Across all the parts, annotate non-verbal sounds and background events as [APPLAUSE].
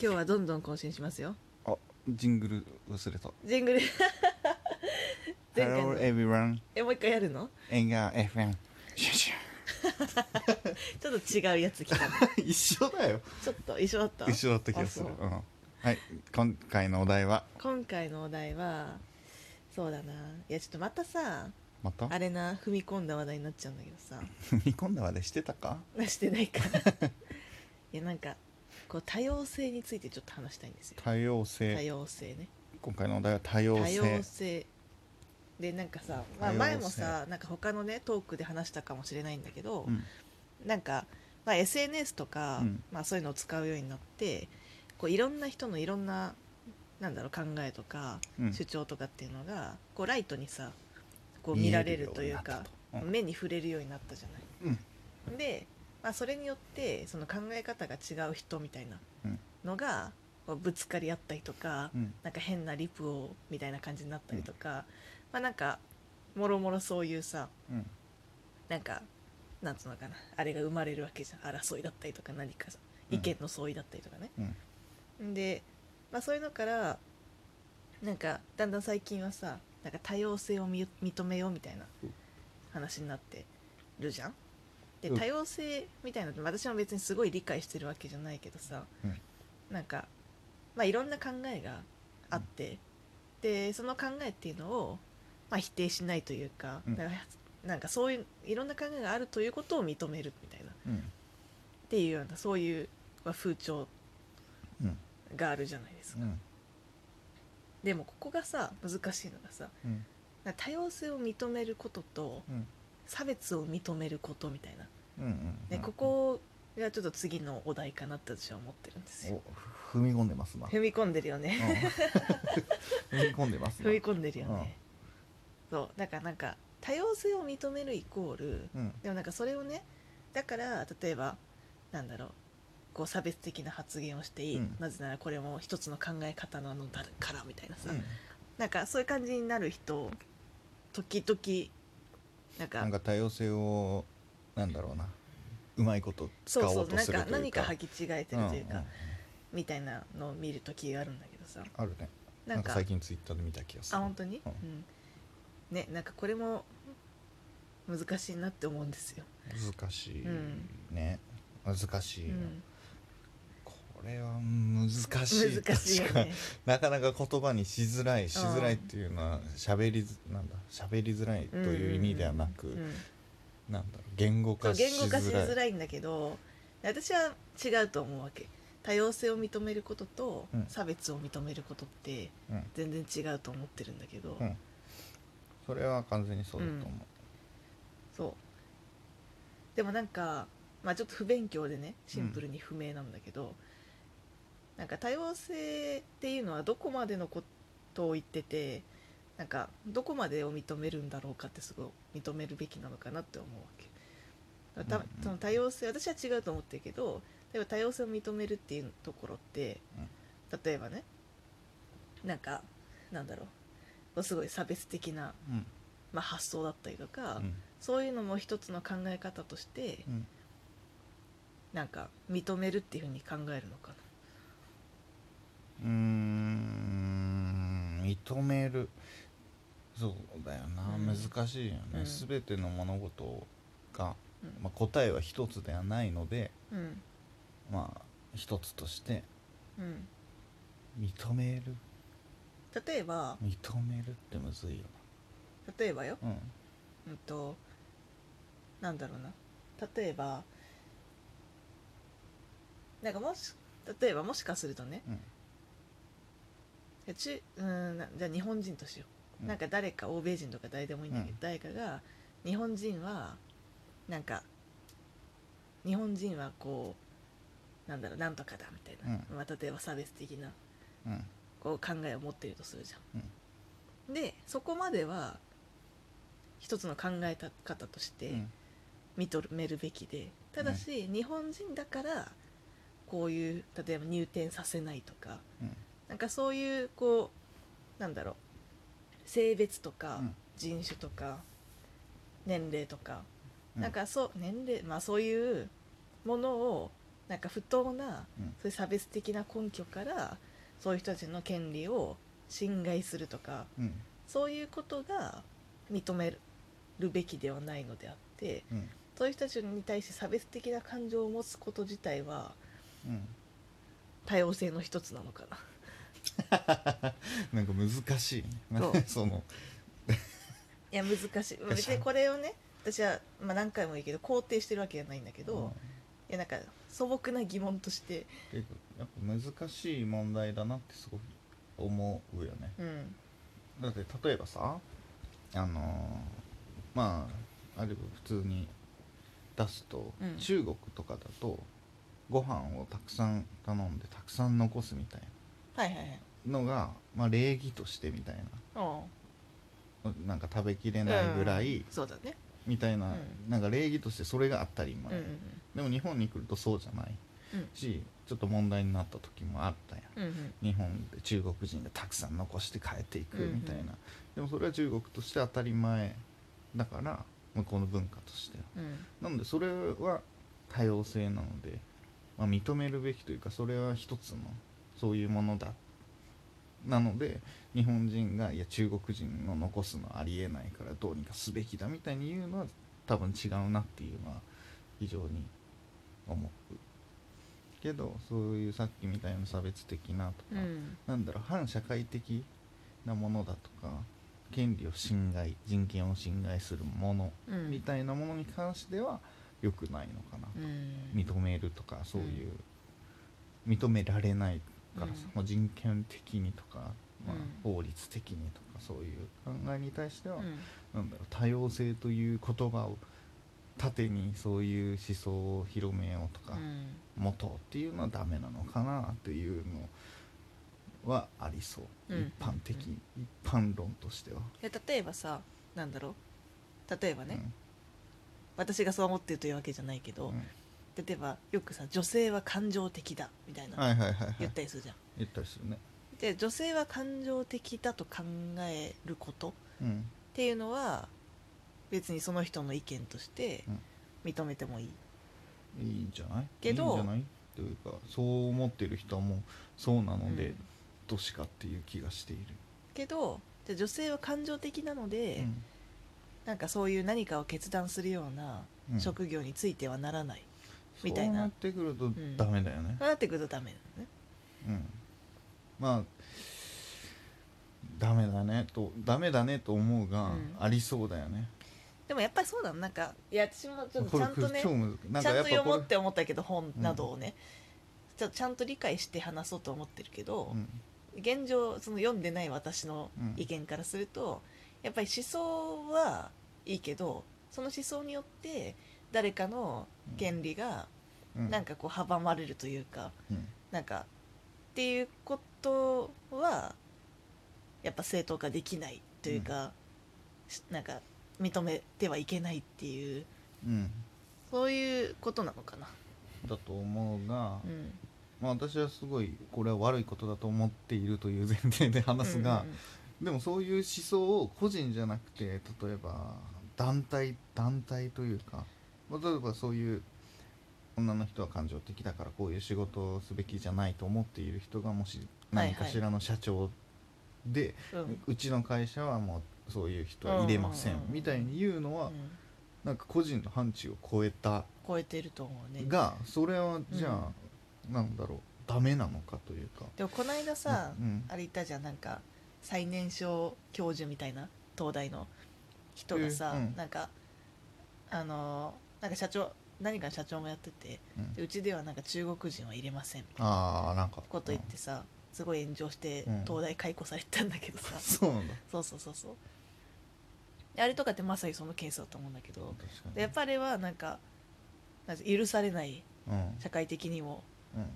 今日はどんどん更新しますよあジングル忘れたジン [LAUGHS] グル前回 Hello の everyone えもう一回やるのエンガー FM シュシ [LAUGHS] ちょっと違うやつ [LAUGHS] 来たねュ一緒だよちょっと一緒だった [LAUGHS] 一緒だった気がするあう、、そうんはい今回のお題は今回のお題はそうだないやちょっとまたさまたあ [LAUGHS] れな踏み込んだ話題になっちゃうんだけどさ踏み込んだまでしてたかなしてないか [LAUGHS] いやなんかこう多様性についてちょっと話したいんですよ多様多性様性ね今回のお題は多様多性様性でなんかさ、まあ、多様性前もさなんか他のねトークで話したかもしれないんだけど、うんなんか、まあ、SNS とか、うんまあ、そういうのを使うようになってこういろんな人のいろんななんだろう考えとかうん主張とかっていうのがこうライトにさこう見見えらるれよるうというになっかたとうん目に触れるようになったじゃない。で、まあ、それによってその考え方が違う人みたいなうんのがこうぶつかり合ったりとか、うんなんか変なリプをみたいな感じになったりとか、まあなんかもろもろそういうさうんなんかなんつうのかなあれが生まれるわけじゃん争いだったりとか何かさうん意見の相違だったりとかね。うんで、まあ、そういうのからなんかだんだん最近はさなんか多様性をみ認めようみたいなうん話になってるじゃん。でうん多様性みたいなのって私も別にすごい理解してるわけじゃないけどさ、うんなんか、まあ、いろんな考えがあって、でその考えっていうのを、まあ、否定しないというか,、うんなんかなんかそういういろんな考えがあるということを認めるみたいなっうんていうようなそういうまあ風潮うんがあるじゃないですかう。んでもここがさ難しいのがさうんなんか多様性を認めることとうん差別を認めることみたいな、うんうんうね、んここがちょっと次のお題かなって私は思ってるんですよおふ踏み込んでますな踏み込んでるよねうん [LAUGHS] 踏み込んでます [LAUGHS] な踏み込んでるよね、そうだからなんか多様性を認めるイコールうんでもなんかそれをねだから例えばなんだろうこう差別的な発言をしていい、うんなぜならこれも一つの考え方なのだからみたいなさ、うんなんかそういう感じになる人時々なんかなんか多様性をなんだろうなうまいことそ使うおそううとなんするというかか何か履き違えてるというか、んんんみたいなのを見る時があるんだけどさあるねななんんかか最近ツイッターで見た気がするあ本当に、ううんんねなんかこれも難しいなって思うんですよ、難しいうんね難しういな、ん、これは難しい難しいよ確かにねなかなか言葉にしづらいしづらいっていうのは喋りずなんだ喋りづらいという意味ではなく、うんうんうんなんだろう言語そう化し言語化しづらいづらいんだけど私は違うと思うわけ多様性を認めることとうん差別を認めることってうん全然違うと思ってるんだけど、うんそれは完全にそうだと思う、そうでもなんか、まあ、ちょっと不勉強でねシンプルに不明なんだけど、なんか多様性っていうのはどこまでのことを言っててなんかどこまでを認めるんだろうかってすごい認めるべきなのかなって思うわけ。だからたうんうんその多様性私は違うと思ってるけど例えば多様性を認めるっていうところって、うん例えばねなんかなんだろうすごい差別的な、うんまあ、発想だったりとか、うんそういうのも一つの考え方としてうんなんか認めるっていうふうに考えるのかうーん認めるそうだよな、うん難しいよね、うん全ての物事が、うんまあ、答えは一つではないのでなうんまあ一つとしてうん認める例えば認めるってむずいよ例えばよ、なうんうん、となんだろうな例えばなんかもし例えばもしかするとねうんいやちゅうんなじゃあ日本人としよう、うんなんか誰か欧米人とか誰でもいいんだけど、うん誰かが日本人はなんか日本人はこうなんだろうなんとかだみたいな、まあ、例えば差別的なうんこう考えを持っているとするじゃん。でそこまでは一つの考え方としてうん認めるべきで、ただし、日本人だからこういう例えば入店させないとかうんなんかそういうこうなんだろう性別とかうん人種とか年齢とか、うんなんかそう年齢まあそういうものをなんか不当な、うんそういう差別的な根拠からそういう人たちの権利を侵害するとかうんそういうことが認めるべきではないのであってうんそういう人たちに対して差別的な感情を持つこと自体はうん多様性の一つなのかな。 [LAUGHS] なんか難しいねそう [LAUGHS] そのいや難しい別にこれをね私は、まあ、何回も言うけど肯定してるわけじゃないんだけど、いやなんか素朴な疑問として、結構やっぱ難しい問題だなってすごく思うよねうん、だって例えばさあのーまああれ普通に出すと、うん中国とかだとご飯をたくさん頼んでたくさん残すみたいはいはいはいなのが、まあ、礼儀としてみたいうんななんか食べきれないぐらいそうだねみたいな、うんなんか礼儀としてそれが当たりう前、んうんでも日本に来るとそうじゃないしちょっと問題になった時もあったやんうんうん日本で中国人がたくさん残して帰っていくみたいな、うんうんでもそれは中国として当たり前だから向こうの文化としてはうんなのでそれは多様性なので、まあ、認めるべきというかそれは一つのそういうものだなので日本人がいや中国人の残すのありえないからどうにかすべきだみたいに言うのは多分違うなっていうのは非常に思うけどそういうさっきみたいな差別的なとうか、んなんだろう反社会的なものだとか権利を侵害人権を侵害するものうんみたいなものに関しては良くないのかな、うん認めるとかそういう、認められないからさ、うんもう人権的にとか、まうあん法律的にとかそういう考えに対しては、うんなんだろう多様性という言葉を盾にそういう思想を広めようとうか、ん持とうっていうのはダメなのかなっていうのはありそう、うん一般的、一般論としては。いや例えばさなんだろう例えばね、うん私がそう思ってるというわけじゃないけど、うん例えばよくさ女性は感情的だみたいなはいはいはい、はい、言ったりするじゃん、言ったりするね。で女性は感情的だと考えることっうんていうのは別にその人の意見としてうん認めてもいい、いいんじゃないけどいいんじゃないというかそう思ってる人はもうそうなので、うんどうしかっていう気がしている、けどじゃあ女性は感情的なので、うんなんかそういう何かを決断するようなうん職業についてはならない、みたいなそうなってくるとんダメだよね、そうなってくるとダメなのねうんまあダメだねとダメだねと思うが、うんありそうだよねでもやっぱりそうなのなんかいや私もちょっとこちれゃんとね超むずなんちゃかんとやっ読ぱもこうっれて思ったけど本などをね、ちょちゃんと理解して話そうと思ってるけど、うん現状その読んでない私のうん意見からすると、やっぱり思想はいいけどその思想によって誰かの権利がうんなんかこう阻まれるというか、うんなんかっていうことはやっぱ正当化できないというか、しなんか認めてはいけないっていううんそういうことなのかな。だと思うが、うんまあ、私はすごいこれは悪いことだと思っているという前 [LAUGHS] 提で話すが、うんうんでもそういう思想を個人じゃなくて例えば団体団体というかまあ例えばそういう女の人は感情的だからこういう仕事をすべきじゃないと思っている人がもしはいは何いかしらの社長で、うんうんうちの会社はもうそういう人は入れませんうんうんうんみたいに言うのはうんなんか個人の範疇を超えた超えてると思うねがそれはじゃあなんだろうダメなのかというか。でもこの間さ、うんあれ言ったじゃんなんか最年少教授みたいな東大の人がさ、うんうんなんかあのーなんか社長何かの社長もやっててうんでうちではなんか中国人は入れませんみたいなああなんかこと言ってさ、すごい炎上してうん東大解雇されたんだけど [LAUGHS] さ、うんそうなんだそうそうそうそうであれとかってまさにそのケースだと思うんだけど確かにでやっぱりはなんかなんか許されないうん社会的にもうん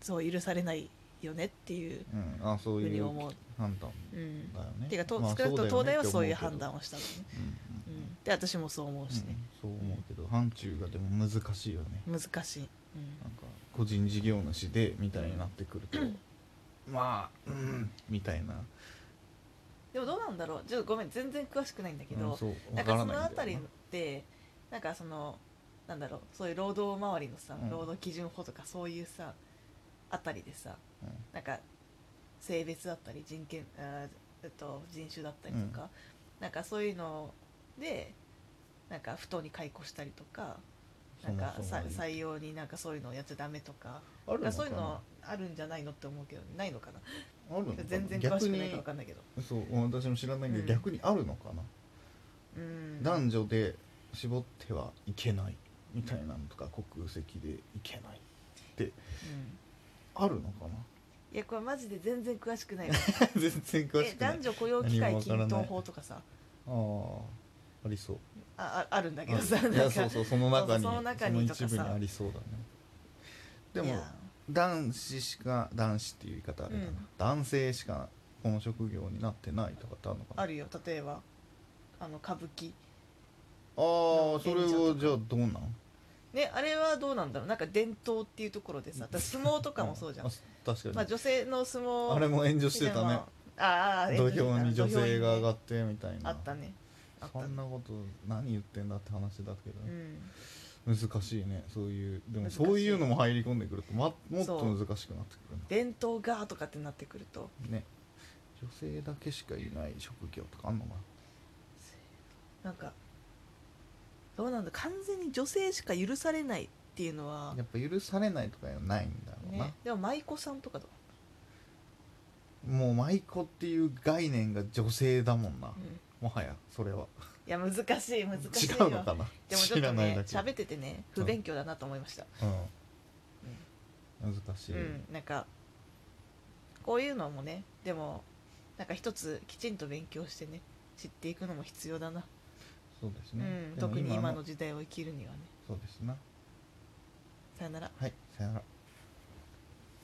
そう許されないよねっていううん、あそうふういにう思う。判断うんだよね。てかと、まあ少なくともそう東大だよはねってそういう思判けど断をしたのね、ううんうんん、で私もそう思うしね、うんそう思うけど範疇がでも難しいよね。難しい、なんか個人事業主でみたいになってくると、まあ、うん、みたいな。でもどうなんだろうちょっとごめん全然詳しくないんだけうどん、そうなわんかからそなのいんだよなあたりってなんかそのなんだろうそういう労働周りのさ、うん労働基準法とかそういうさあたりでさうんなんか性別だったり人権あーえっと人種だったりとか、なんかそういうのでなんか不当に解雇したりとかなんかそもそさも採用になんかそういうのをやっちゃダメとかあるのかなそういうのあるんじゃないのって思うけどないのかなあるのかな全然詳しくないから分かんないけど逆にそう私も知らないけど、うん逆にあるのかな、うん男女で絞ってはいけないみたいなのとか国籍でいけないうんあるのかいやこれマジで全然詳しくないわな [LAUGHS] 全然詳しえくない男女雇用機会何もわからな均い等法とかさあーありそうあああるんだけどさあいなやんそかうそうその中そうそにうその中にとかさその一部にありそうだねでいもや男子しか男子っていう言い方あれだな、うん男性しかこの職業になってないとかってあるのかなあるよ例えばあの歌舞伎あーそれ演者とはかじゃあどうなんねあれはどうなんだろうなんか伝統っていうところでさだから相撲とかもそうじゃんあ確かに、まあ女性の相撲あれも炎上してたねああ土俵に女性が上がっってみたいなあったねあったそんなこと何言ってんだって話だけどうね、ん難しいねそういうでも難しいそういうのも入り込んでくると、ま、もっとそう難しくなってくる伝統がとかってなってくるとね女性だけしかいない職業とかあんのかななんかどうなんだ完全に女性しか許されないっていうのはやっぱ許されないとかはないんだろうな、ねでも舞妓さんとかともう舞妓っていう概念が女性だもんな、うんもはやそれはいや難しい難しい違ようのでかなもちょ知っとらないねだけ喋っててね不勉強だなと思いました、うん、難しうい、ん、なんかこういうのもねでもなんか一つきちんと勉強してね知っていくのも必要だな、そうですうね、ん、でも特に今の時代を生きるにはねそうですなさよならはいさよなら